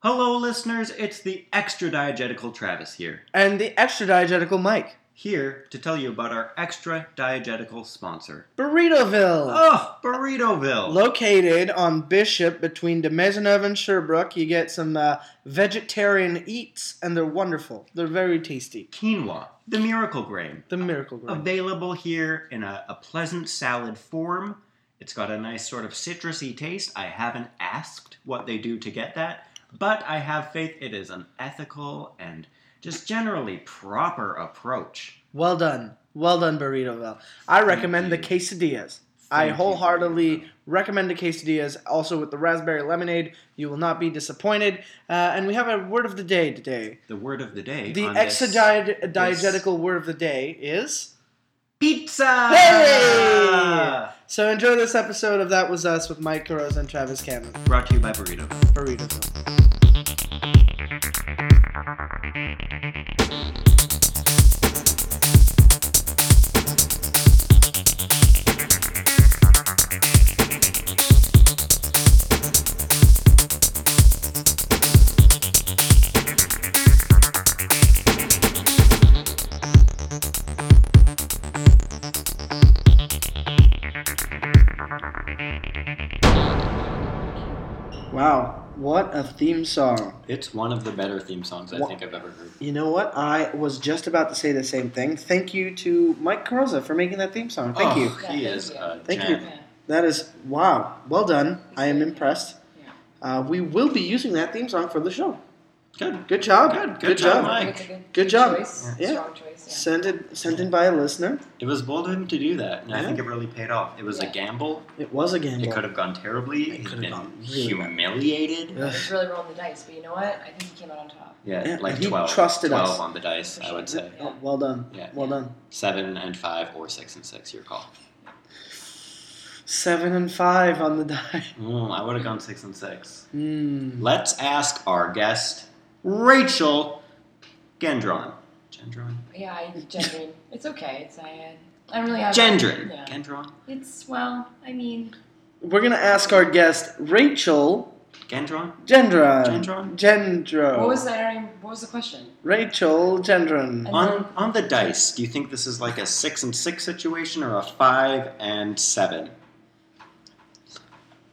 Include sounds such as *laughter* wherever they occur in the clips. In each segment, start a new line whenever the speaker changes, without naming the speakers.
Hello, listeners. It's the extra diegetical Travis here.
And the extra diegetical Mike.
Here to tell you about our extra diegetical sponsor.
Burritoville!
Oh, Burritoville.
Located on Bishop between Demezanov and Sherbrooke, you get some uh, vegetarian eats, and they're wonderful. They're very tasty.
Quinoa, the miracle grain.
The miracle grain.
Available here in a, a pleasant salad form. It's got a nice sort of citrusy taste. I haven't asked what they do to get that, but I have faith it is an ethical and just generally proper approach.
Well done. Well done, Burritoville. I recommend the
you.
quesadillas. I
Thank you,
wholeheartedly
Burritoville.
recommend the quesadillas, also with the raspberry lemonade. You will not be disappointed. Uh, and we have a word of the day today.
The word of the day.
The
on this-
extra diegetical word of the day is.
pizza.
Hey! So enjoy this episode of That Was Us with Mike Carroza and Travis Cameron.
Brought to you by Burrito.
Burrito. Wow, what a theme song.
It's one of the better theme songs I
Wha-
think I've ever heard.
You know what? I was just about to say the same thing. Thank you to Mike Carroza for making that theme song. Thank
Oh,
you.
Yeah,
He
thank
is
you.
a
Thank
gem.
you.
Yeah.
That is, wow, well done. I am impressed.
Yeah.
Uh, we will be using that theme song for the show.
Good.
Good job.
Good. Good job, Mike.
That's a good,
Good job.
Choice.
Yeah.
Strong choice.
Sent, it, sent in by a listener.
It was bold of him to do that, and I
Yeah.
think it really paid off. It was a
Yeah.
gamble.
It was a gamble.
It could have gone terribly.
It
He'd
could've
been
gone really bad.
humiliated.
Yeah.
Ugh.
He's really rolling the dice, but you know what? I think he came out on top.
Yeah,
Yeah,
like
he
12.
trusted
12
us.
on the dice, I would say.
Yeah.
Oh, well done.
Yeah.
Well done.
7 and 5 or 6 and 6, your call.
Seven and five on the *laughs* die.
Mm, I would have gone 6 and 6.
Mm.
Let's ask our guest, Rachel Gendron. Gendron?
Yeah, I gendering. it's okay. It's I. I don't really have.
Gendron.
Uh, Yeah.
Gendron?
It's well. I mean,
We're gonna ask our guest Rachel
Gendron?
Um,
Gendron.
Gendron?
Gendro.
what was that? I don't even- What was the question?
Rachel Gendron.
And
On
then-
on the dice, do you think this is like a six and six situation or a five and seven?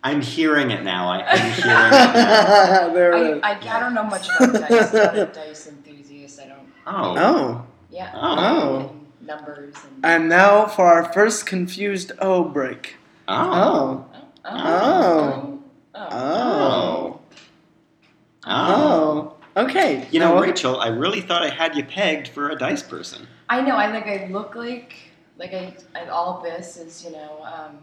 I'm hearing it now. I,
*laughs*
I'm hearing it now.
*laughs* there it
I,
is.
I, I don't know much about dice. I'm not a dice enthusiast. I don't.
Oh.
Oh,
Yeah.
Oh.
Oh.
And numbers and.
and now for our first confused O break.
Oh.
Oh,
oh.
Oh.
Oh. oh.
oh,
Oh.
oh. Okay.
You know,
Now-
Rachel, I really thought I had you pegged for a dice person.
I know. I like. I look like. Like I. I all this is you know. Um,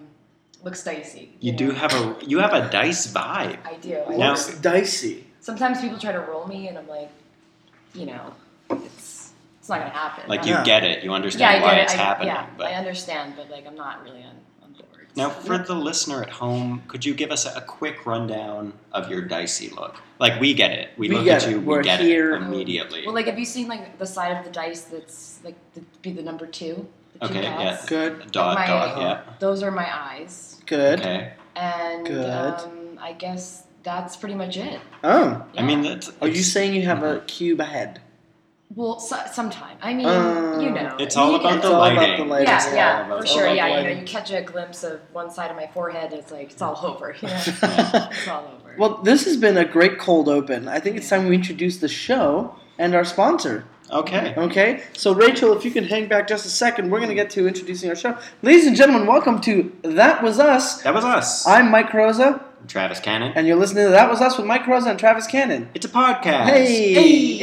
looks dicey.
You
know?
do have a you have a dice vibe.
I do. I
Now-
looks dicey.
sometimes people try to roll me and I'm like, you know, it's it's not gonna happen.
Like
I'm
you
Yeah.
get it. You
yeah, I
understand
get
why
it.
it's
I,
happening.
yeah,
but
I understand, but like I'm not really on, on board.
Now,
so.
for the listener at home, could you give us a, a quick rundown of your dicey look? Like, we get it. We,
We
look
get
at
it.
you.
We're
we get
here.
it immediately.
well, like have you seen like the side of the dice that's like the, be the number two? The two
Okay, yeah.
dots?
Good.
dot,
my-
dot, yeah.
Those are my eyes,
Good.
Okay.
and
Good.
um, I guess that's pretty much it.
Oh,
I mean, that's.
are you
it's-
saying you have a cube head?
Well, so, sometime. I mean,
Uh,
you know,
It's
you
all
get-
about the
all about the
lighting.
lighting.
yeah,
It's all
yeah,
about
for
the
sure.
lighting.
Yeah, you know, you catch a glimpse of one side of my forehead, it's like it's all over. You know?
*laughs*
It's all over.
*laughs* Well, this has been a great cold open. I think it's time we introduce the show and our sponsor.
Okay.
Okay? So, Rachel, if you can hang back just a second, we're going to get to introducing our show. Ladies and gentlemen, welcome to That Was Us.
That was us.
I'm Mike Rosa,
Travis Cannon.
and you're listening to That Was Us with Mike Rosa and Travis Cannon.
it's a podcast.
Hey!
Hey!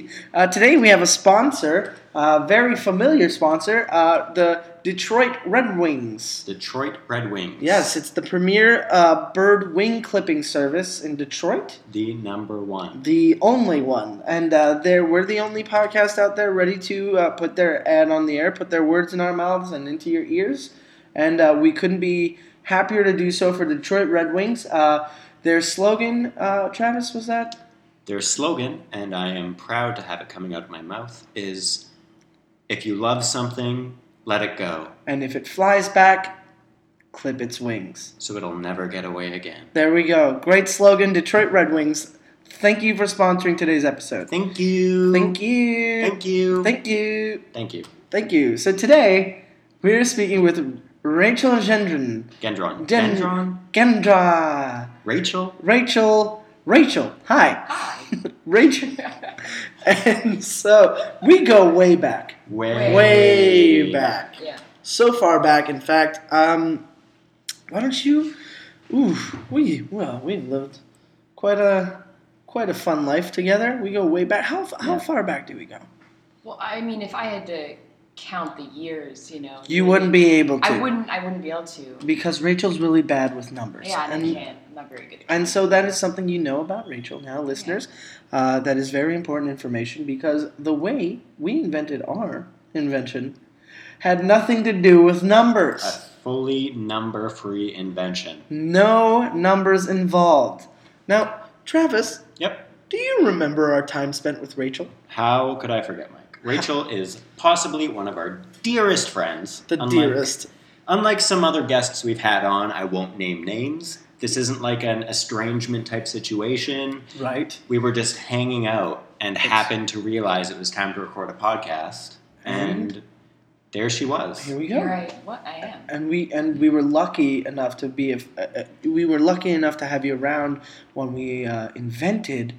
Hey! Uh, today we have a sponsor, a very familiar sponsor, uh, the Detroit Red Wings.
Detroit Red Wings.
Yes, it's the premier uh, bird wing clipping service in Detroit.
The number one.
the only one, and uh, there we're the only podcast out there ready to uh, put their ad on the air, put their words in our mouths and into your ears, and uh, we couldn't be happier to do so for Detroit Red Wings. Uh, their slogan, uh, Travis, was that
Their slogan, and I am proud to have it coming out of my mouth, is if you love something, let it go.
"And if it flies back, clip its wings."
so it'll never get away again.
There we go. Great slogan, Detroit Red Wings. Thank you for sponsoring today's episode.
Thank you.
Thank you.
Thank you.
Thank you.
Thank you.
Thank you. So today we are speaking with Rachel Gendron.
Gendron.
Gen-
Gendron.
Gendra.
Rachel.
Rachel. Rachel. Hi. *laughs*
Hi.
Rachel. And so we go way back.
Way,
Way
Way back.
yeah.
So far back, in fact. Um, why don't you? Ooh, we well, we lived quite a quite a fun life together. We go way back. How how
Yeah.
far back do we go?
Well, I mean, if I had to count the years, you know,
You wouldn't be able to.
I wouldn't. I wouldn't be able to.
because Rachel's really bad with numbers.
Yeah, and, I
and
can't. I'm not very good. At
and so that is something you know about Rachel now, listeners. Uh, that is very important information because the way we invented our invention had nothing to do with numbers.
A fully number-free invention.
No numbers involved. Now, Travis,
Yep.
do you remember our time spent with Rachel?
How could I forget, *laughs* Mike? Rachel is possibly one of our dearest friends.
The
Unlike-
dearest.
Unlike some other guests we've had on, I won't name names. This isn't like an estrangement type situation.
Right.
We were just hanging out and happened to realize it was time to record a podcast. And, there she was.
Here we
it.
go.
You're right. What I am.
And we and we were lucky enough to be if uh, uh, we were lucky enough to have you around when we uh, invented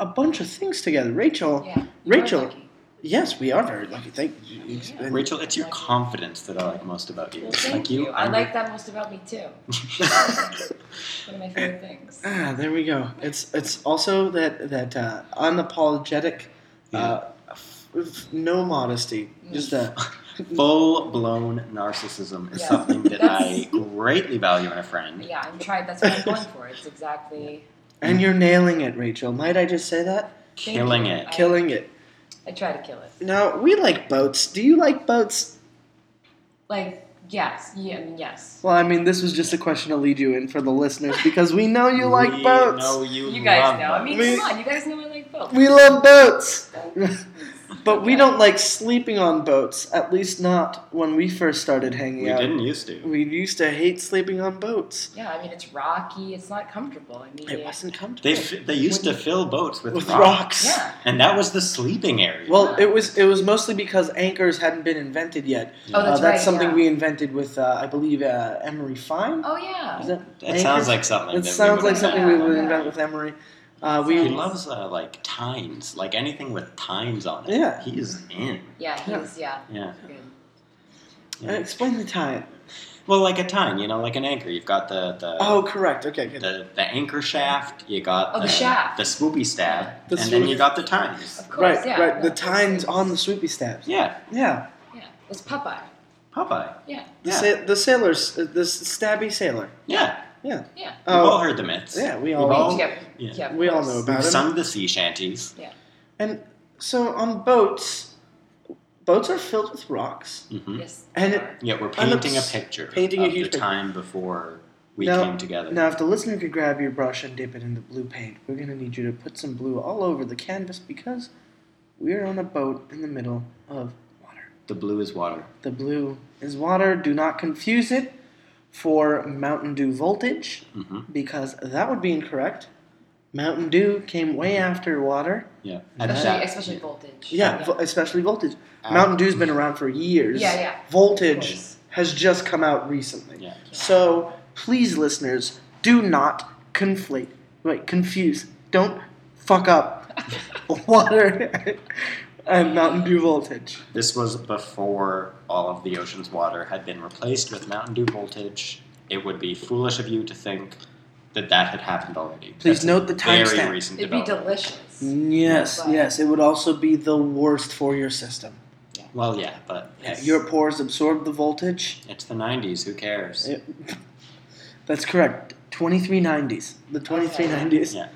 a bunch of things together. Rachel,
Yeah. you are
Rachel,
lucky.
yes, we are very lucky. Thank you. And-
Rachel, it's your confidence that I like most about you.
Well,
It's
thank
like
you.
you.
I like that most about me too. *laughs*
*laughs*
One of my favorite things.
ah, there we go. It's it's also that that uh, unapologetic, uh, f- f- no modesty, just uh, a
Full blown narcissism is
Yeah.
something
*laughs*
that I
That's-
greatly value in a friend.
Yeah, I'm trying. That's what I'm going for. It's exactly.
and you're nailing it, Rachel. Might I just say that?
Thank
Killing
you.
it.
I-
Killing it.
I try to kill it.
Now we like boats. Do you like boats?
Like yes, yeah, I mean yes.
Well, I mean, this was just a question to lead you in for the listeners because we know you
*laughs*
like
we
boats.
Know you,
You guys
love
know. I mean,
We-
come on. You guys know I like both.
We love boats. *laughs* But we
Okay.
don't like sleeping on boats, at least not when we first started hanging
We
out.
didn't used to.
We used to hate sleeping on boats.
Yeah, I mean it's rocky. It's not comfortable. I mean,
It wasn't comfortable.
They, f- they used to fill boats with,
with
rock,
rocks.
Yeah.
and that was the sleeping area.
Well, it was it was mostly because anchors hadn't been invented yet.
Oh,
uh,
that's
that's
right.
something
yeah.
we invented with, uh, I believe, uh, Emery Fine.
*laughs* Oh
Is
yeah.
that
that sounds
anchors?
like something.
It
that
sounds
we
like
would've
something we
done.
invent.
would invent with Emery. Uh,
He
we
Sounds-
loves uh, like tines, like anything with tines on it.
Yeah.
he is in.
Yeah, he's yeah.
Yeah.
Good.
uh, explain the time.
Well, like a tine, you know, like an anchor. You've got the the
Oh, correct. Okay, good.
the, the anchor shaft. You got
Oh, the shaft.
the swoopy stab,
The
and then
swoop-
you got the tines.
Of course.
Right,
yeah.
right. The
no,
tines
it's-
on the swoopy stabs.
Yeah,
Yeah,
Yeah, it's Popeye.
Popeye.
Yeah,
the,
Yeah.
sa- the sailors, uh, the s- stabby sailor.
Yeah,
yeah.
we've all
Oh,
heard the myths.
yeah, we
We've
all
all-
yeah,
yeah.
yeah, of
we all
course.
know about
We've
him.
sung the sea shanties.
and so on boats, boats are filled with rocks.
hmm
Yes.
And
they
it-
are.
Yeah, we're
And
painting a
it's-
picture
painting a
of
huge
the
picture.
time before we
Now-
came together.
Now, if the listener could grab your brush and dip it in the blue paint, we're gonna need you to put some blue all over the canvas because we're on a boat in the middle of water.
The blue is water.
The blue is water. Do not confuse it for Mountain Dew voltage.
hmm
because that would be incorrect. Mountain Dew came way after water.
Yeah.
And
especially
that-
especially voltage.
Yeah,
yeah, Uh,
vo- especially voltage.
at-
Mountain Dew's been around for years.
yeah. yeah. Of
Voltage
course.
has just come out recently.
Yeah.
So please, listeners, do not conflate. Wait, confuse. Don't fuck up water and Mountain Dew voltage.
This was before all of the ocean's water had been replaced with Mountain Dew voltage. It would be foolish of you to think that that had happened already.
Please
That's a
note the
very
timestamp.
recent
It'd be
development.
delicious.
Yes,
But-
yes. It would also be the worst for your system.
well, yeah, but it's,
Your pores absorb the voltage.
it's the 90s. Who cares?
It- that's correct. 2390s. The 2390s.
Yeah.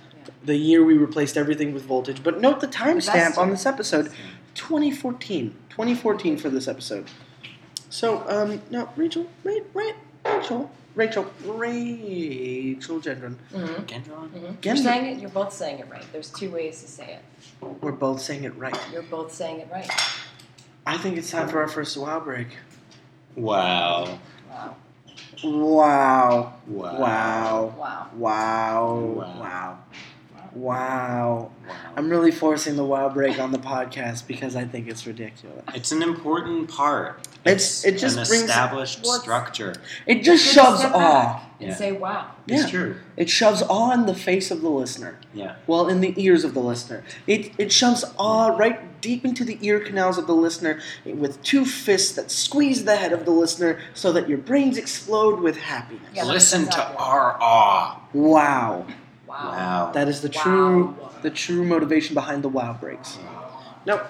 The year we replaced everything with voltage. But note the timestamp
Last year.
on this episode 2014. 2014 for this episode. So, um, now, Rachel, Ra- Ra- Rachel, Rachel, Rachel Gendron.
Mm-hmm.
Gendron?
You're
Gender-
saying it. You're both saying it right. There's two ways to say it.
We're both saying it right.
You're both saying it right.
I think it's time for our first wow break.
Wow.
Wow.
Wow.
Wow.
Wow. Wow.
Wow.
Wow.
Wow.
Wow.
Wow.
Wow.
I'm really forcing the wow break on the podcast because I think it's ridiculous.
It's an important part.
It's- it just
an
brings-
established
Well, it's-
structure.
It just
Take a
shoves
step
awe.
back And
Yeah.
say, wow.
Yeah.
It's true.
It shoves awe in the face of the listener.
Yeah.
Well, in the ears of the listener. It, it shoves awe right deep into the ear canals of the listener with two fists that squeeze the head of the listener so that your brains explode with happiness.
Yeah, that's
Listen to
exactly.
our awe.
Wow.
Wow.
Wow.
That is the
Wow.
true the true motivation behind the wow breaks. Now,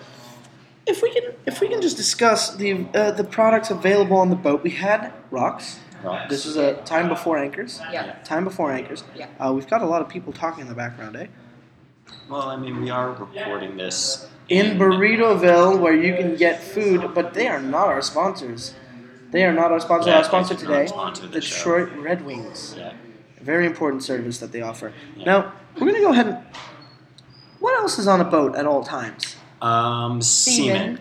if we can if we can just discuss the uh, the products available on the boat, we had rocks.
Right.
This is a time before anchors.
Yeah.
Time before anchors.
Yeah.
Uh, we've got a lot of people talking in the background, eh?
well, I mean, we are recording this
In Burritoville, where you can get food, but they are not our sponsors. They are not our sponsor.
Yeah,
our sponsor
they do not
today,
sponsor the
Detroit Red Wings.
Yeah.
Very important service that they offer.
Yeah.
Now we're gonna go ahead. and... What else is on a boat at all times?
Um, semen.
Semen.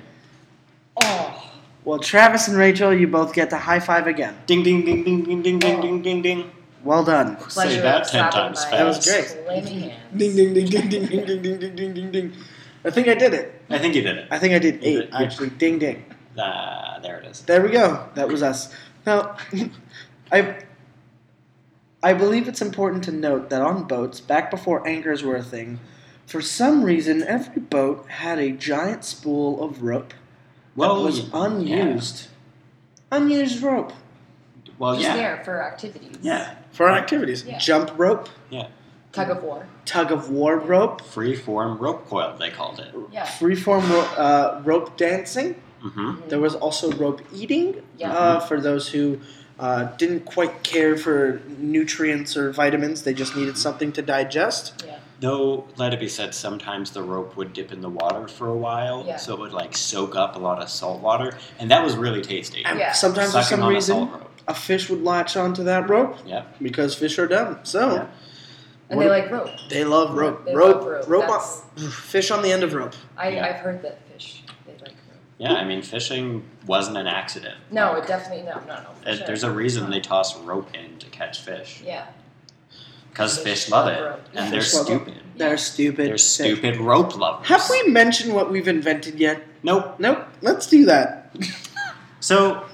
Oh.
Well, Travis and Rachel, you both get to high five again.
Ding, ding, ding, ding, ding, ding, ding, ding, ding, ding.
Well done.
Pleasure
Say that
of
ten
slapping
times
my
fast.
That was great.
slim hands.
*laughs* ding ding ding ding ding ding ding ding ding ding ding. I think I did it.
I think you did it.
I think I did
You
eight
did- yeah.
actually. Ding ding.
Ah, there it is.
There we go. That was us. Now, *laughs* I I believe it's important to note that on boats, back before anchors were a thing, for some reason every boat had a giant spool of rope that
Well,
was
yeah.
unused. Unused rope
Well,
Just
Oh, yeah.
there for activities.
Yeah.
for our activities.
Yeah.
Jump rope,
Yeah.
Tug of war.
tug of war rope,
Free form rope coil, they called it.
Yeah.
freeform ro- uh, rope dancing.
Mm-hmm.
There was also rope eating
Yeah.
uh, for those who uh, didn't quite care for nutrients or vitamins. They just needed something to digest.
Yeah.
Though, let it be said, sometimes the rope would dip in the water for a while,
Yeah.
so it would like soak up a lot of salt water, and that was really tasty.
And
Yeah.
sometimes
Sucking
for some
on a
reason,
salt rope.
a fish would latch onto that rope
Yeah.
because fish are dumb. So
Yeah.
And
What
they
a-
like rope.
they love rope.
They
rope,
love rope. That's-
on, fish on the end of rope.
I,
Yeah.
I've heard that fish. They like rope.
Yeah, I mean, fishing wasn't an accident.
No, it definitely no, no, no. for
Uh,
sure.
There's a reason they toss rope in to catch fish.
Yeah.
Because
They
fish
should
love
love
it.
rope.
And
Yeah.
they're
Fish love it.
stupid.
They're stupid.
They're
fish.
stupid rope lovers.
Have we mentioned what we've invented yet?
Nope.
Nope. Let's do that.
So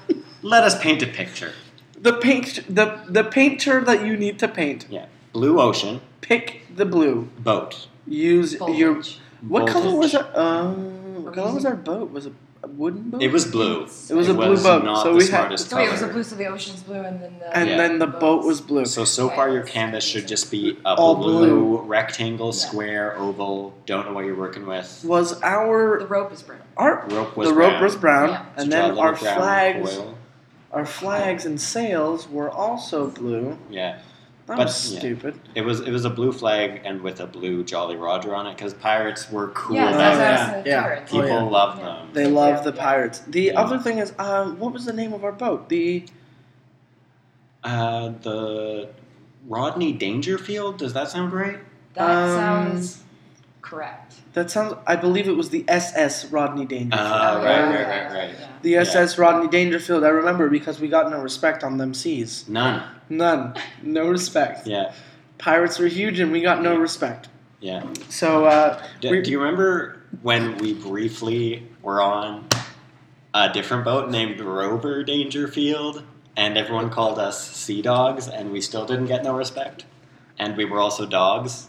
let us paint a picture.
The paint, the the painter that you need to paint.
Yeah. Blue ocean,
Pick the blue.
boat.
Use your
Bulge.
What color was
Voltage.
our? Uh, what color was our boat? Was it a wooden boat?
It was blue.
It was a blue boat,
Not
so
the
we had-
smartest
So wait, it was the
color.
blue, so the ocean's blue, and then the
and
Yeah.
then the boat was blue.
So so far your canvas should just be a
All
blue, rectangle,
Yeah.
square, oval. Don't know what you're working with.
was
the
our
rope is brown.
our
Rope was
the rope
brown.
was brown,
Yeah.
and
Draw
then
little
our
brown
flags,
foil.
our flags and sails were also blue.
Yeah,
That
But-
was
yeah.
stupid.
it was it was a blue flag and with a blue Jolly Roger on it because pirates were cool.
Yeah,
Oh,
so
back
that's
then.
yeah.
what I was
Yeah.
saying,
People
Oh, yeah.
loved
Yeah.
them.
They
Yeah,
love the
yeah.
pirates. The
Yeah.
other thing is, um, what was the name of our boat? The
Uh, the Rodney Dangerfield. Does that sound right?
That
Um,
sounds correct.
that sounds. I believe it was the SS Rodney Dangerfield. Uh,
Ah,
Oh,
right,
yeah,
right,
yeah,
right,
yeah,
right.
yeah.
The
yeah.
SS Rodney Dangerfield. I remember because we got no respect on them seas.
None.
None. No respect.
Yeah,
Pirates were huge and we got no respect.
yeah.
So, uh,
Do,
We-
do you remember when we briefly were on a different boat named Rover Dangerfield, and everyone called us sea dogs, and we still didn't get no respect, and we were also dogs.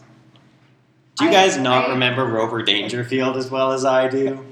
Do you
I-
guys not
I-
remember Rover Dangerfield as well as I
*laughs*
do?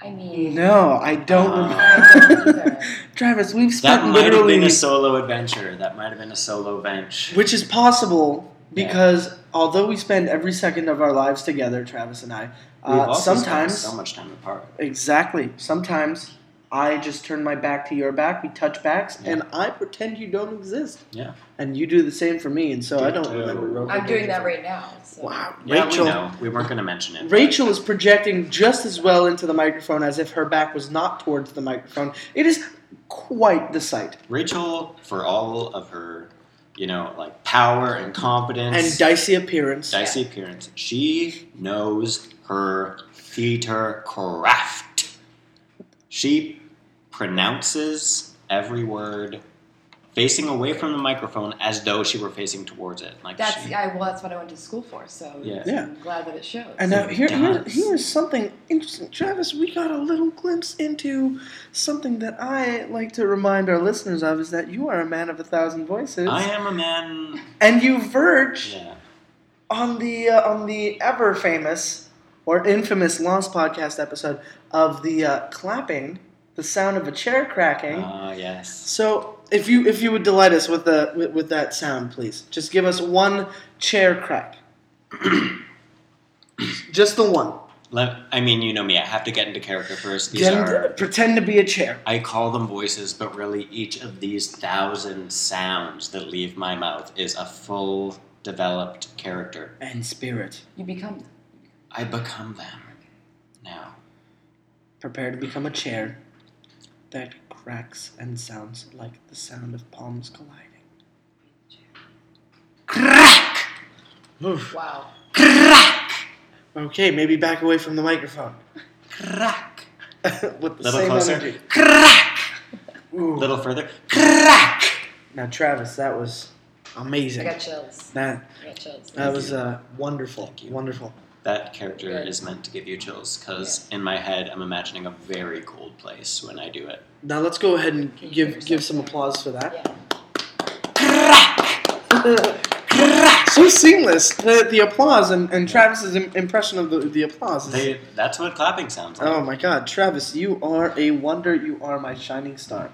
I mean,
no, I don't
Uh,
I don't
remember.
either. *laughs*
Travis, we've
That
spent
might have been
literally.
a solo adventure. That might have been a solo bench.
which is possible
Yeah.
because although we spend every second of our lives together, Travis and I,
We've
uh,
also spent
sometimes.
so much time apart.
Exactly. Sometimes I just turn my back to your back, we touch backs,
Yeah.
and I pretend you don't exist.
Yeah.
And you do the same for me, and so I don't
Ditto.
remember Rover
I'm doing that
Dangerfield.
right now.
*laughs*
So.
Wow.
Yeah,
Rachel.
we know. We weren't going to mention it.
Rachel is projecting just as well into the microphone as if her back was not towards the microphone. It is quite the sight.
Rachel, for all of her, you know, like power and competence
And dicey appearance.
dicey appearance, she knows her theater craft. She pronounces every word facing away from the microphone as though she were facing towards it. Like
That's
she,
I well, that's what I went to school for. So
Yeah.
Yeah.
I'm glad that it shows.
And now
It
here, here,
does.
here's something interesting, Travis. We got a little glimpse into something that I like to remind our listeners of: is that you are a man of a thousand voices,
I am a man.
and you verge
Yeah.
on the uh, on the ever famous or infamous Lost podcast episode of the uh, clapping, the sound of a chair cracking.
Ah, yes.
So, if you if you would delight us with the with, with that sound, please, just give us one chair crack, *clears throat* just the one.
Let, I mean, you know me. I have to get into character first. These
Get
are.
into- pretend to be a chair.
I call them voices, but really each of these thousand sounds that leave my mouth is a full developed character.
and spirit.
you become
I become them now.
Prepare to become a chair that cracks and sounds like the sound of palms colliding.
Crack!
Oof.
wow.
Crack!
Okay, maybe back away from the microphone. *laughs*
Crack!
With the
Little
same
closer.
energy.
Crack!
Ooh.
Little further. Crack!
Now, Travis, that was
I
amazing.
got chills.
That,
I got chills.
that
Thank
was
you.
uh, wonderful. Wonderful.
That character
Good.
is meant to give you chills, because in my head, I'm imagining a very cold place when I do it.
Now, let's go ahead and
Can you hear
give give
yourself
some
there?
applause for that.
yeah.
so seamless. The, the applause and, and Travis's im- impression of the, the applause is.
They, that's what clapping sounds like.
Oh my God, Travis, you are a wonder. You are my shining star.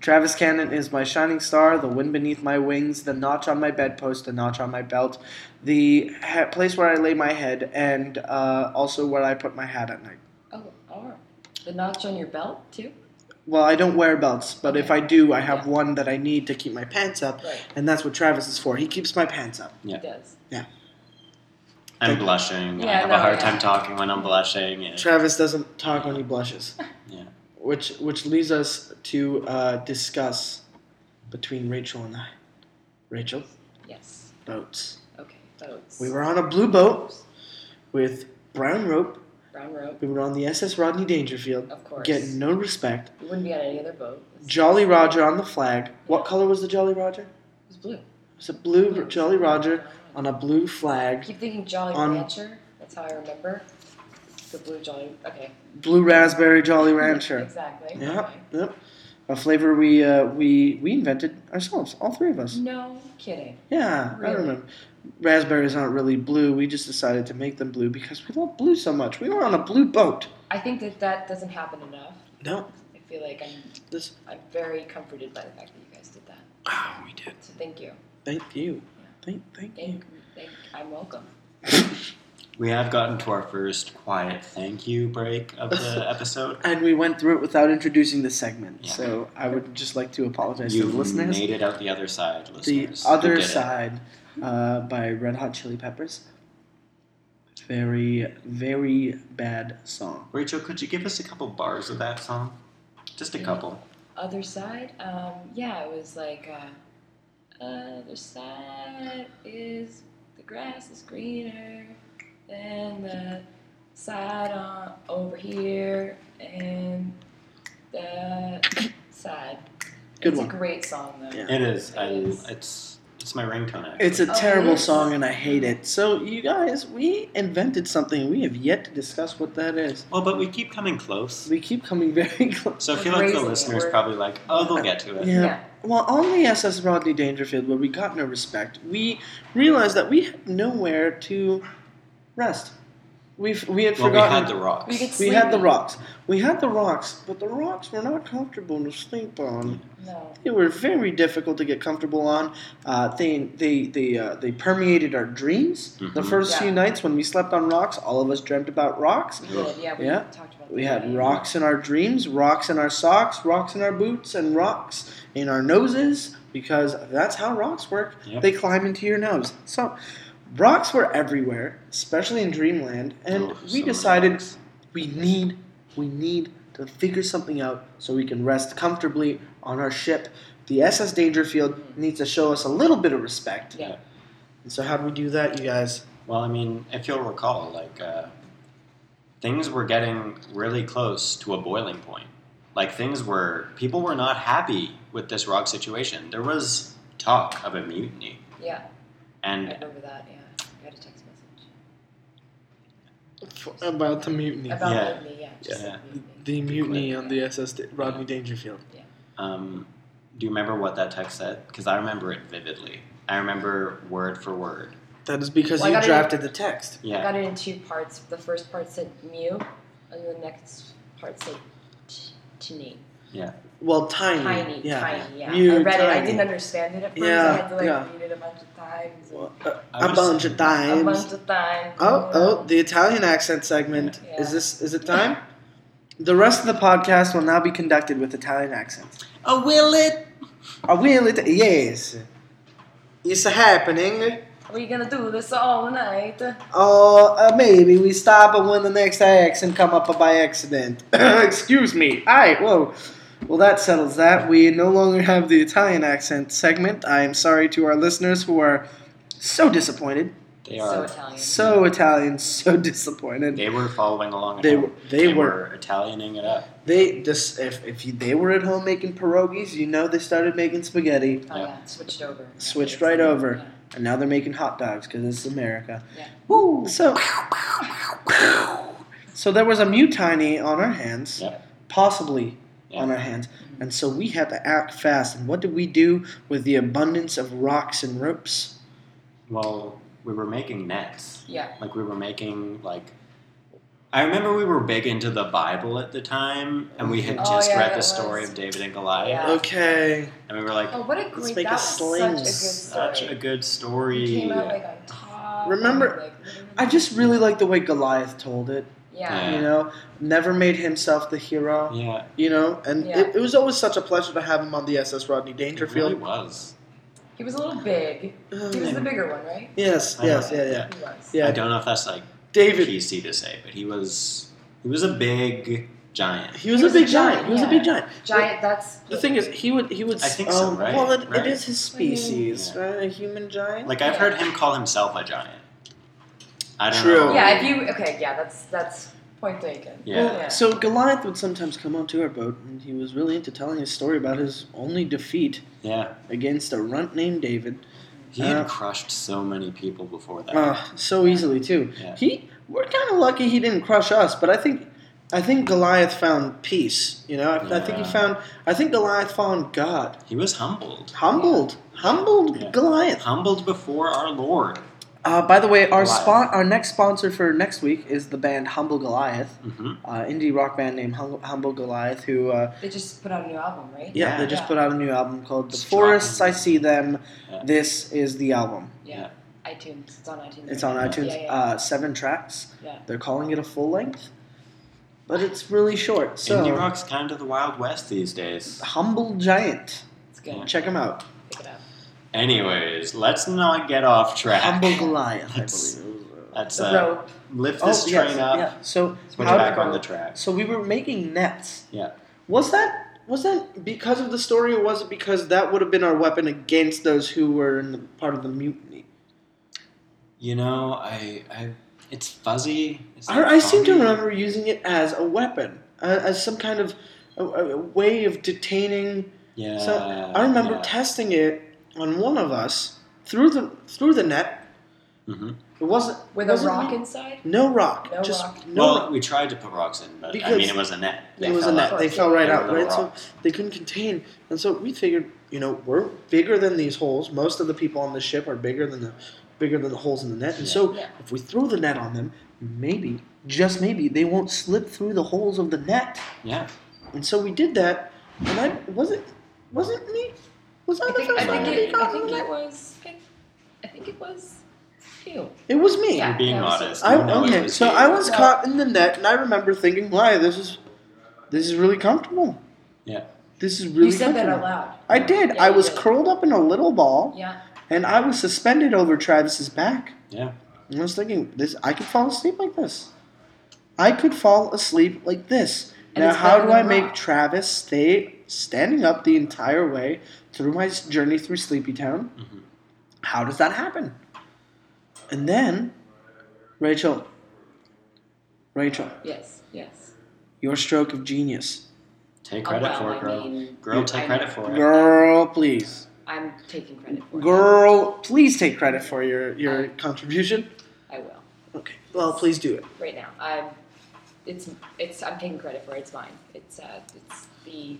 Travis Cannon is my shining star, the wind beneath my wings, the notch on my bedpost, the notch on my belt, the ha- place where I lay my head, and uh, also where I put my hat at night.
Oh, or the notch on your belt too.
Well, I don't wear belts, but if I do, I have
Yeah.
one that I need to keep my pants up,
Right.
and that's what Travis is for. He keeps my pants up.
Yeah.
It does.
I'm blushing. I
Yeah,
have
no,
a hard
yeah.
time talking when I'm blushing. and-
Travis doesn't talk when he
*laughs*
blushes.
Yeah.
Which which leads us to uh, discuss between Rachel and I. Rachel,
Yes.
boats.
Okay. Boats.
We were on a blue boat with brown rope.
brown rope.
We were on the SS Rodney Dangerfield,
Of course.
getting no respect.
We wouldn't be on any other boat. It was,
Jolly Roger on the flag. What color was the Jolly Roger?
it was blue.
It was a blue r- Jolly Roger on a blue flag.
I keep thinking Jolly
On-
Rancher. That's how I remember. The blue Jolly. Okay.
Blue raspberry Jolly Rancher.
Exactly.
Yep,
Okay.
yep. A flavor we uh, we we invented ourselves, all three of us.
No kidding.
Yeah, I
Really?
remember. Raspberries aren't really blue. We just decided to make them blue because we love blue so much. We were on a blue boat.
I think that that doesn't happen enough.
No,
I feel like I'm
this.
I'm very comforted by the fact that you guys did that.
Oh, we did.
So thank you.
Thank you. Thank thank you.
Thank thank I'm welcome.
We have gotten to our first quiet thank you break of
*laughs*
the episode.
And we went through it without introducing the segment.
Yeah.
So I would just like to apologize to
You've
the listeners.
made it out the other side,
the
listeners. You
other
did it.
side uh, by Red Hot Chili Peppers. Very, very bad song.
Rachel, could you give us a couple bars of that song? Just a couple.
Other side, um, yeah, it was like uh, other side is the grass is greener than the side on over here and the side.
Good
it's
one.
a great song though.
Yeah.
It is. I,
It is.
It's it's my ringtone. Actually.
It's a
Oh,
terrible
yes.
song and I hate it. So, you guys, we invented something. We have yet to discuss what that is.
well, but we keep coming close.
We keep coming *laughs* very close.
So I
We're
feel like the
raising it.
listeners
We're-
probably like, oh, they'll get to it.
Yeah. Well, on the SS Rodney Dangerfield, where we got no respect, we realized that we had nowhere to rest. We've, we had
Well, we
forgotten.
had the
We
rocks.
could-
We had the
Sleeping.
rocks. We had the rocks, but the rocks were not comfortable to sleep on.
No.
They were very difficult to get comfortable on. Uh, they they they uh, they permeated our dreams. The
Mhm.
first few
Yeah.
nights when we slept on rocks, all of us dreamt about rocks.
We did, yeah, we
Yeah.
talked about
We
that,
had
right?
rocks in our dreams, rocks in our socks, rocks in our boots, and rocks in our noses because that's how rocks work.
Yep.
They climb into your nose. So rocks were everywhere, especially in Dreamland, and
Oh, so
we
many
decided
rocks.
we need we need to figure something out so we can rest comfortably on our ship. The SS Dangerfield needs to show us a little bit of respect.
Yeah.
And so how do we do that, you guys?
Well, I mean, if you'll recall, like uh, things were getting really close to a boiling point. like things were people were not happy with this rock situation. There was talk of a mutiny,
Yeah, I
and
remember that. Yeah, I got a text message
About the mutiny.
about
Yeah.
mutiny. Yeah, just
Yeah.
a mutiny.
The mutiny on the SS Da- Rodney Dangerfield.
um, do you remember what that text said? Because I remember it vividly. I remember word for word.
That is because
Well, I
you
gotta-
drafted the text.
I
Yeah,
got it in two parts. The first part said mew, and the next part said t- tinny.
Well, tiny.
Tiny,
yeah.
tiny. Yeah,
Mew,
I read it. I
tiny.
didn't understand it at first.
Yeah,
I had to like
yeah.
read it a bunch of times.
Well, a,
I
a
was-
bunch of
a
times.
bunch of times.
Oh,
you know.
oh, the Italian accent segment.
Yeah.
Is this is it time? The rest of the podcast will now be conducted with Italian accents.
Oh, will it?
Are we in Ita- Yes. It's happening.
we gonna do this all night.
Oh, uh, maybe we stop when the next accent come up by accident. *coughs* Excuse me. Hi. Whoa. Well, that settles that. We no longer have the Italian accent segment. I am sorry to our listeners who are so disappointed,
They
So
are.
Italian.
so Italian, *laughs* so disappointed.
They were following along. at
They
home.
were- they were-
Italianing it up.
They just if if you, they were at home making pierogies, you know they started making spaghetti,
oh yeah, switched over.
Switched right over. and now they're making hot dogs because this is America.
Yeah.
Woo! So, so there was a mutiny on our hands,
Yep.
possibly
Yeah.
on our hands, and so we had to act fast. And what did we do with the abundance of rocks and ropes?
Well, we were making nets.
Yeah.
Like we were making like. I remember we were big into the Bible at the time, and we had
Oh,
just
yeah,
read
that
the story
was-
of David and Goliath,
Ah.
Yeah.
Okay,
and we were like,
Oh, what a great!
make a
that was
sling.
such
"Such a
a good story.
good
We
story."
came out like on top.
Remember-
and, like, literally-
I just really like the way Goliath told it.
yeah.
You know, never made himself the hero.
yeah,
You know, and
Yeah.
it, it was always such a pleasure to have him on the SS Rodney
it really
Dangerfield.
was.
He was a little big. He was
Ugh.
the bigger one, right?
*sighs* Yes,
I
yes,
know.
yeah, yeah.
He was.
Yeah,
I don't know if that's like
David.
PC to say, but he was. He was a big giant.
He was a big giant. He was a big giant.
Giant. That's
The thing is, he would he would.
I think so,
um,
right?
Well, it,
Right.
it is his species,
Yeah.
right? A human giant.
Like I've
Yeah.
heard him call himself a giant. I don't
True.
know.
Yeah. If you okay, yeah. That's that's point taken.
Yeah.
Well, So Goliath would sometimes come onto our boat, and he was really into telling his story about his only defeat
Yeah.
against a runt named David.
He had
Uh,
crushed so many people before that.
Uh, so easily too.
Yeah.
He we're kind of lucky he didn't crush us, but I think I think Goliath found peace. You know, I, I think he
Yeah.
found I think Goliath found God.
He was humbled.
Humbled, humbled
Yeah.
Goliath.
Humbled before our Lord.
Uh, by the way, our
Goliath.
spon- our next sponsor for next week is the band Humble Goliath,
hmm
uh, indie rock band named Hum- Humble Goliath. Who, uh,
They just put out a new album, right?
yeah,
Yeah.
they just
Yeah.
put out a new album called "The
Strong.
Forests I See Them."
Yeah.
This is the album.
Yeah. iTunes. It's on iTunes.
It's on
Yeah,
iTunes.
yeah.
Uh, seven tracks.
Yeah.
They're calling it a full length, but it's really short. So,
Indie rock's kind of the Wild West these days.
Humble Giant,
It's good.
check them out.
Pick it up.
Anyways, let's not get off track.
Humble Goliath, I
That's-
believe.
Let's
The
uh,
rope.
lift
oh,
this
yes,
train up.
yeah. So
Let's
how
put it
did
back
I-
on the track.
So we were making nets.
Yeah.
Was that was that because of the story, or was it because that would have been our weapon against those who were in the part of the mutiny?
You know, I, I, it's fuzzy. It's
I,
not
I seem to
funny.
remember using it as a weapon, uh, as some kind of a, a way of detaining.
Yeah.
So I remember
Uh, Yeah.
testing it on one of us through the through the net.
Mhm.
It wasn't
With a
wasn't
rock
me.
inside.
No rock.
No
just
rock.
no.
well,
rock.
we tried to put rocks in, but I
Because
mean, it was a net.
it
They
was a
fell
net.
out.
They fell right
They
out,
were
right? So
rocks.
they couldn't contain. And so we figured, you know, we're bigger than these holes. Most of the people on the ship are bigger than the bigger than the holes in the net. And
Yeah.
so
Yeah.
if we throw the net on them, maybe, just maybe, they won't slip through the holes of the net.
yeah.
And so we did that. And I wasn't wasn't me. Was I,
I
the
think,
first
I think,
Right.
one to be
it, I
caught in
think
the
it
net?
was. I think it was you.
It was me.
Yeah.
You're being
that was-
modest.
I,
You know it
okay,
was
so
you.
I was
No.
caught in the net, and I remember thinking, "Why this is, this is really comfortable."
Yeah.
This is really.
you said that
comfortable.
out loud.
I did.
Yeah,
I
you
was
did.
curled up in a little ball,
Yeah.
and I was suspended over Travis's back.
Yeah.
And I was thinking, this I could fall asleep like this. I could fall asleep like this.
And
now,
it's
how
better
do I
than
make
rock.
Travis stay standing up the entire way through my s- journey through Sleepy Town?
Mhm.
How does that happen? And then, Rachel, Rachel,
Yes. Yes.
your stroke of genius.
Take credit
well,
for it,
I
girl.
mean,
girl, take
I-
credit for it.
Girl, please.
I'm taking credit for
Girl, please take credit for your, your contribution.
it. I will.
Okay. Well, please do it.
Right now, I'm. It's it's. I'm taking credit for it. It's mine. It's uh. It's the.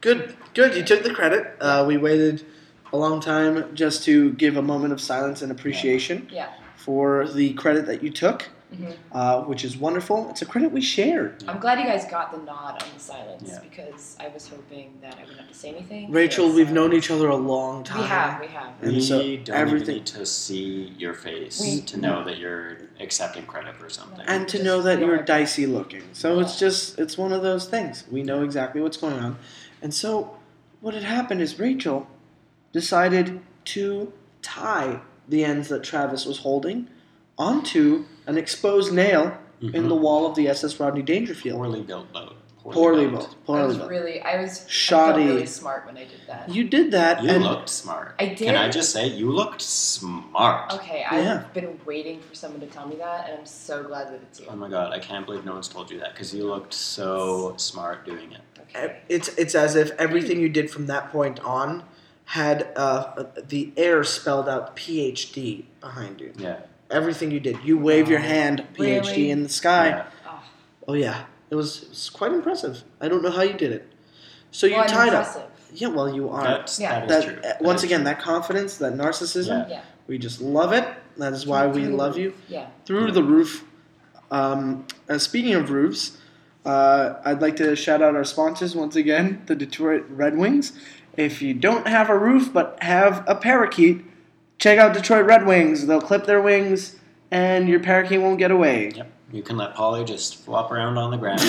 Good. Good. You took the credit. Uh, we waited a long time just to give a moment of silence and appreciation
Yeah.
for the credit that you took,
Mm-hmm.
Mhm.
uh, which is wonderful. It's a credit we shared.
I'm glad you guys got the nod on the silence
Yeah.
because I was hoping that I wouldn't have to say anything.
Rachel,
Yes,
we've
uh,
known each other a long time.
We have. We have.
And
we
so
don't
everything-
even need to see your face
We-
to know that you're accepting credit for something.
and to know that you're dicey looking. So it's just it's one of those things. We know exactly what's going on. And so what had happened is Rachel decided to tie the ends that Travis was holding onto an exposed nail in the wall of the SS Rodney Dangerfield.
Mm-hmm. poorly built boat.
Poorly built.
I
Poorly
was
built.
really. I was. I felt
Oh. Shoddy.
really smart when I did that.
You did that
You
and
looked smart.
I did.
Can I just say you looked smart?
Okay,
Yeah.
I've been waiting for someone to tell me that, and I'm so glad that it's you.
Oh my god, I can't believe no one's told you that because you looked so smart doing it.
Okay.
eh, it's it's as if everything you did from that point on had uh, the air spelled out PhD behind you.
Yeah.
Everything you did, you wave your
Wow.
hand, PhD
Oh, Really?
in the sky.
yeah.
Oh,
Oh yeah, it was, it was quite impressive. I don't know how you did it. So you
well, I'm
tied up.
impressive.
Yeah, well you are.
That's,
Yeah.
That is
That,
true.
uh,
That
once
is
again,
true.
that confidence, that narcissism,
Yeah.
Yeah.
we just love it. That is why
Mm-hmm.
we love you.
Yeah.
Through the roof. Um, uh, speaking of roofs, uh, I'd like to shout out our sponsors once again, the Detroit Red Wings. If you don't have a roof but have a parakeet, check out Detroit Red Wings. They'll clip their wings, and your parakeet won't get away.
Yep. You can let Polly just flop around on the
*laughs*
ground.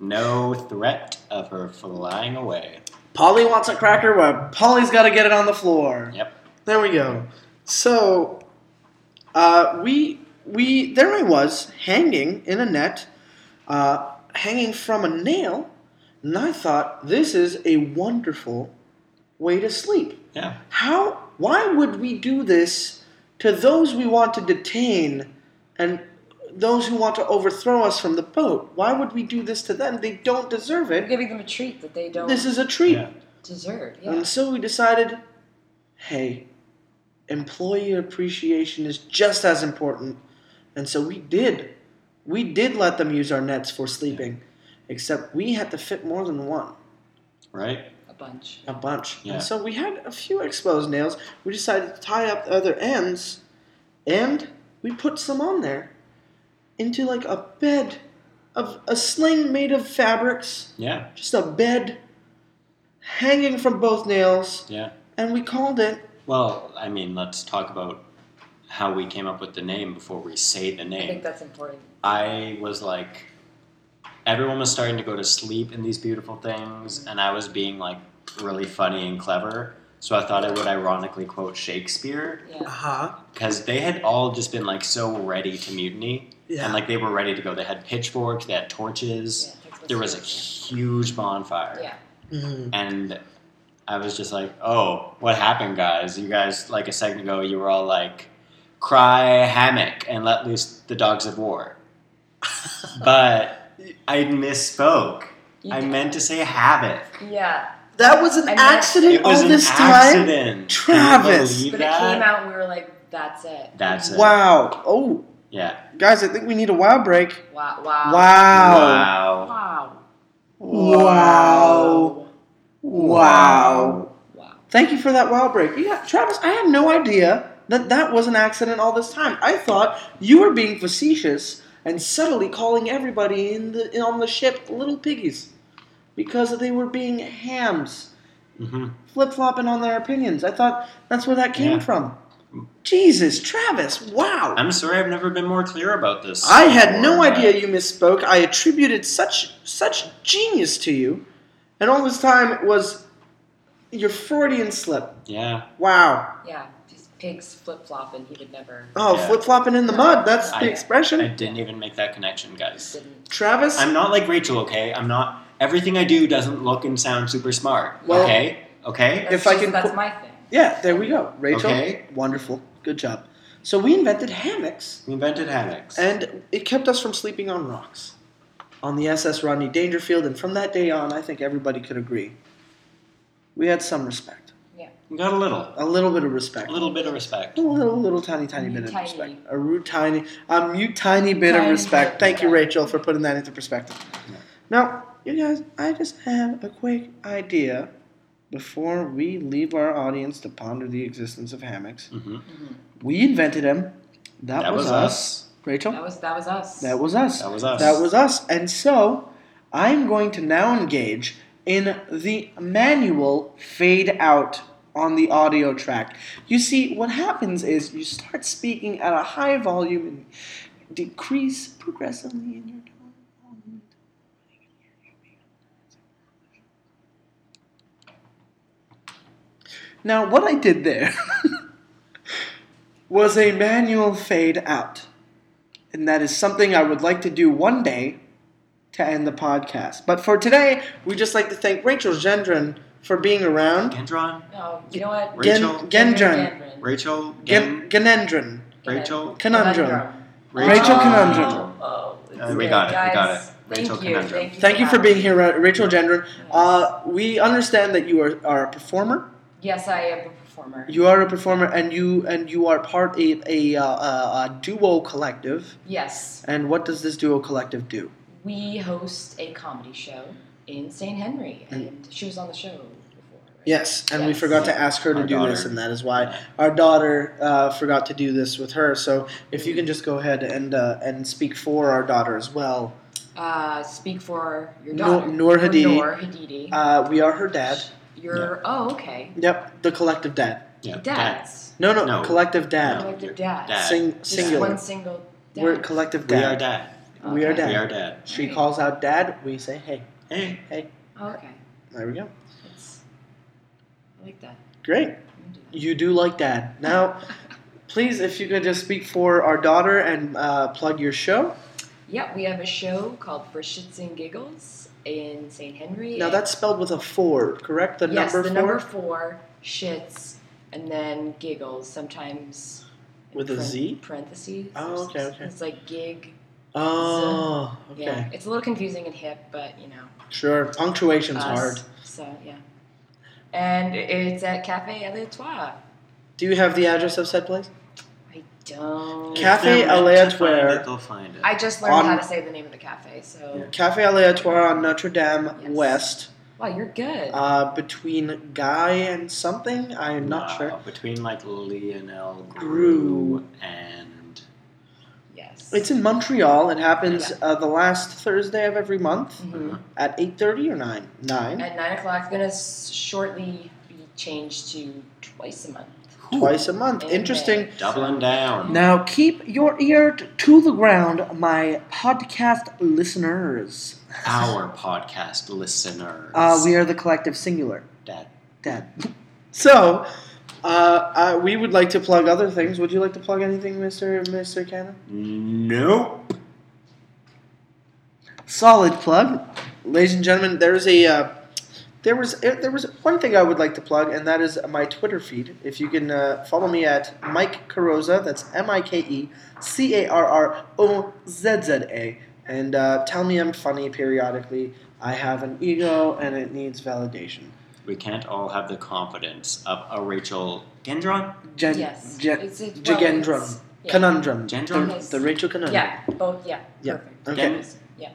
no threat of her flying away.
Polly wants a cracker, but Polly's got to get it on the floor.
Yep.
There we go. So, uh, we we there I was hanging in a net, uh, hanging from a nail, and I thought this is a wonderful way to sleep.
Yeah.
How? Why would we do this to those we want to detain and those who want to overthrow us from the boat? Why would we do this to them? They don't deserve
I'm
it.
giving them a treat that they don't
This is a treat.
Yeah.
deserve. Yeah.
And so we decided hey, employee appreciation is just as important. And so we did. We did let them use our nets for sleeping, except we had to fit more than one,
Right?
A bunch.
a bunch.
Yeah.
And so we had a few exposed nails. We decided to tie up the other ends, and we put some on there into like a bed of a sling made of fabrics,
Yeah.
just a bed hanging from both nails
Yeah.
and we called it.
Well, I mean, let's talk about how we came up with the name before we say the
I think
name.
that's important.
I was like, everyone was starting to go to sleep in these beautiful things, and I was being like really funny and clever. So I thought I would ironically quote Shakespeare
Uh
Yeah.
huh.
because they had all just been like so ready to mutiny,
Yeah.
and like they were ready to go. They had pitchforks, they had
yeah
torches.
that's what's
There was a
serious,
huge bonfire.
Yeah. yeah.
Mhm.
and I was just like, "Oh, what happened, guys? You guys, like a second ago, you were all like, cry hammock and let loose the dogs of
*laughs*
war,' but I misspoke.
You
I
did.
meant to say havoc.
Yeah.
That was an
I mean,
accident
It was
all
an
this time.
accident, Can you
Travis.
believe
But it
that?
came out and we were like, that's it.
That's it.
Wow. Oh,
Yeah.
guys, I think we need a wow break.
Wow. Wow.
Wow.
Wow.
Wow.
Wow. Wow.
Wow.
Thank you for that wow break. Yeah, Travis, I had no idea that that was an accident all this time. I thought you were being facetious and subtly calling everybody in the in, on the ship little piggies because they were being hams,
Mhm.
flip flopping on their opinions. I thought that's where that came
Yeah.
from. Jesus, Travis, wow.
I'm sorry. I've never been more clear about this.
I had no
before, but-
idea you misspoke. I attributed such such genius to you, and all this time it was your Freudian slip.
Yeah.
Wow.
Yeah. These pigs flip flopping. He would never.
Oh,
Yeah.
flip flopping in the mud. That's the
I-
expression.
I didn't even make that connection, guys.
Didn't.
Travis,
I'm not like Rachel, okay? I'm not. Everything I do doesn't look and sound super smart,
Well-
okay? Okay?
That's
If I
just-
can
That's
put-
my thing.
yeah, there we go. Rachel,
Okay.
wonderful. Good job. So we invented hammocks,
We invented hammocks.
and it kept us from sleeping on rocks. on the SS Rodney Dangerfield, and from that day on, I think everybody could agree. We had some respect.
Got a little,
A little bit of respect.
a little bit of respect.
A little, little tiny, tiny bit
Tiny.
of respect. A root tiny, a mute tiny bit of
Tiny
respect.
bit,
Thank you,
yeah.
Rachel, for putting that into perspective.
Yeah.
Now, you guys, I just have a quick idea before we leave our audience to ponder the existence of hammocks.
hmm
We invented them. That,
That
was,
was
us.
us.
Rachel,
That was that was us.
that was us.
That was us.
That was us. And so I'm going to now engage in the manual fade out on the audio track. You see, what happens is you start speaking at a high volume and decrease progressively in your tone. Now, what I did there *laughs* was a manual fade out. And that is something I would like to do one day to end the podcast. But for today, we just like to thank Rachel Gendron for being around.
Gendron,
No, you know what?
Gen-
Rachel,
Gendron.
Rachel,
Gen-
Gen,
Genendron.
Rachel,
Conundrum. Rachel
Rachel
Conundrum.
Oh, oh,
Uh, we got it, we
Guys,
got it. Rachel
thank you,
Conundrum.
Thank you,
Thank you for
having
being here, Ra- Rachel Gendron.
me.
Uh, we understand that you are, are a performer.
yes, I am a performer.
You are a performer, and you and you are part of a, uh, uh a duo collective.
yes,
And what does this duo collective do?
we host a comedy show in St. Henry,
Mm.
and she was on the show before. Right?
Yes, and we
Yes.
forgot to ask her to
Our
do this,
daughter.
and that is why our daughter uh, forgot to do this with her. So if you can just go ahead and uh, and speak for our daughter as well.
Uh, speak for your
Noor-
daughter,
Noor Hadidi.
Noor Hadidi.
Uh, we are her dad.
your oh, okay,
Yep, the collective dad.
Yeah, Dad.
dads.
No, no,
No.
collective dad.
Collective dads.
Dad.
Sing,
Just
singular.
one single. Dad.
We're collective
We are
dad.
dad.
We are
Okay.
dad.
We are dad.
She calls out dad. We say hey.
Hey,
Oh, Okay,
There we go.
That's- I like that.
Great.
I'm gonna do that.
You do like dad. Now, *laughs* please, if you could just speak for our daughter and uh, plug your show.
Yeah, we have a show called For Shits and Giggles in St. Henry.
Now
and-
that's spelled with a four, correct? The
yes,
number
the
four.
number four shits and then giggles sometimes in
With a Z?
parentheses.
Oh,
or
okay,
something.
okay.
It's like gig.
Oh, okay.
Yeah, it's a little confusing and hip, but you know.
Sure. Punctuation's
us.
hard.
So yeah, and it's at Cafe Aleatoire.
Do you have the address of said place?
I don't.
Cafe-
If they're meant to
Aleatoire.
find it, They'll find it.
I just learned
On-
how to say the name of the cafe. So
Cafe Aleatoire on Notre Dame
Yes.
West,
wow, you're good.
uh, between Guy and something. I am not
Nah,
sure.
Between like Lionel
Grew.
Grew and
yes.
It's in Montreal. It happens uh, the last Thursday of every month
Mhm.
at eight thirty or nine. Nine.
At nine o'clock, gonna s- shortly be changed to twice a month.
Twice a month. Interesting.
doubling down.
Now keep your ear t- to the ground, my podcast listeners.
Our podcast listeners.
Uh, we are the collective singular.
Dad.
Dad. *laughs* So, uh, uh, we would like to plug other things. Would you like to plug anything, Mister Mister Cannon?
Nope.
Solid plug, ladies and gentlemen. There is a uh, there was eh, there was one thing I would like to plug, and that is my Twitter feed. If you can uh, follow me at Mike Carroza, that's M I K E C A R R O Z Z A, and uh, tell me I'm funny periodically. I have an ego, and it needs validation.
We can't all have the confidence of a Rachel Gendron.
Gen-
yes.
gen-
it's a, well,
Gigendrum.
it's- yeah.
conundrum.
Gendron?
The, the Rachel conundrum.
Yeah. Both. Yeah.
Yeah.
Perfect.
Okay.
Gen-
Yeah.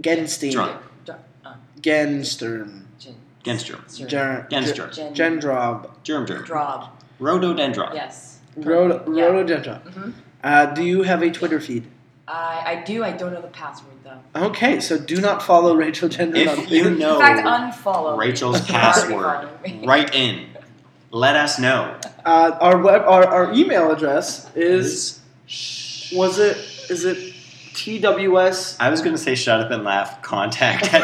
Genstein.
Drunk.
Dr- uh,
Genstern.
gen-
Genstrom.
sir-
Ger-
Genstrom.
gen-
Gendrob.
Germ germ.
Drob.
Rhododendron.
Yes.
Rhodo-
Perfect. Yeah.
Rhododendron.
Mhm.
Uh, do you have a Twitter feed?
I, I do. I don't know the password though.
Okay, so do not follow Rachel Gendron on
If you
Twitter.
know
In fact, unfollow me. *laughs*
Rachel's
Already
password,
following me.
write in. Let us know.
Uh, our web, our, our email address is was it is it tws
I was going to say shut up and laugh contact
*laughs*
at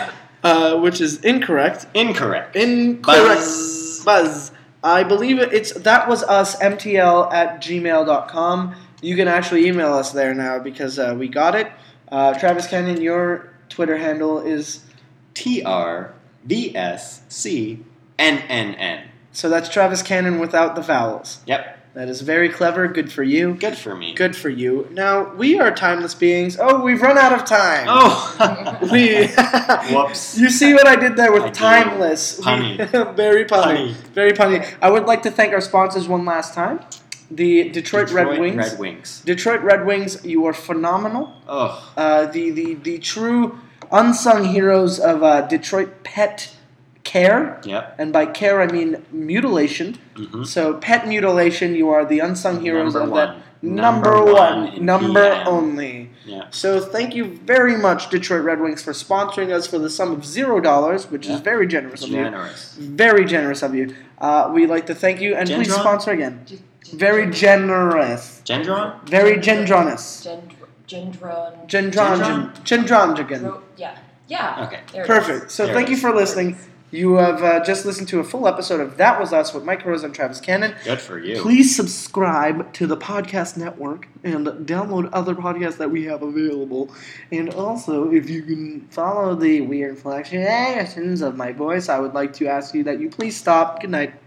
gmail.
uh, which is incorrect.
Incorrect.
Incorrect.
Buzz.
Buzz. I believe it's that was us mtl at gmail.com. You can actually email us there now because uh, we got it. Uh, Travis Canyon, your Twitter handle is
T R V S C N N N.
so that's Travis Cannon without the vowels.
Yep.
That is very clever. Good for you.
Good for me.
Good for you. Now, we are timeless beings. Oh, we've run out of time.
Oh,
*laughs* We.
*laughs* Whoops.
*laughs* You see what I did there with
I did.
timeless. We-
Punny.
*laughs* very punny.
Funny.
Very punny. I would like to thank our sponsors one last time. The Detroit, Red Wings.
Red Wings.
Detroit Red Wings, you are phenomenal.
Oh,
Uh, the, the, the true unsung heroes of uh, Detroit pet care.
yep.
And by care, I mean mutilation.
Mm-hmm.
So, pet mutilation, you are the unsung heroes
Number
of that.
one.
Number,
Number
one.
one in
number
PM.
only.
Yeah.
So thank you very much, Detroit Red Wings, for sponsoring us for the sum of zero dollars, which
Yeah.
is very generous of you.
Generous.
Very generous of you. Uh, we'd like to thank you, and please
Gendron?
sponsor again.
*laughs* Gen- gen-
Very generous.
Gendron?
Very gendronous.
Gendr- Gendron.
Gendron. Gendron again.
Ro- yeah. Yeah.
Okay.
There it is.
Perfect. So
There
thank
it
you
is.
for listening. You have uh, just listened to a full episode of That Was Us with Mike Rose and Travis Cannon.
Good for you.
Please subscribe to the podcast network and download other podcasts that we have available. And also, if you can follow the weird fluctuations of my voice, I would like to ask you that you please stop. Good night.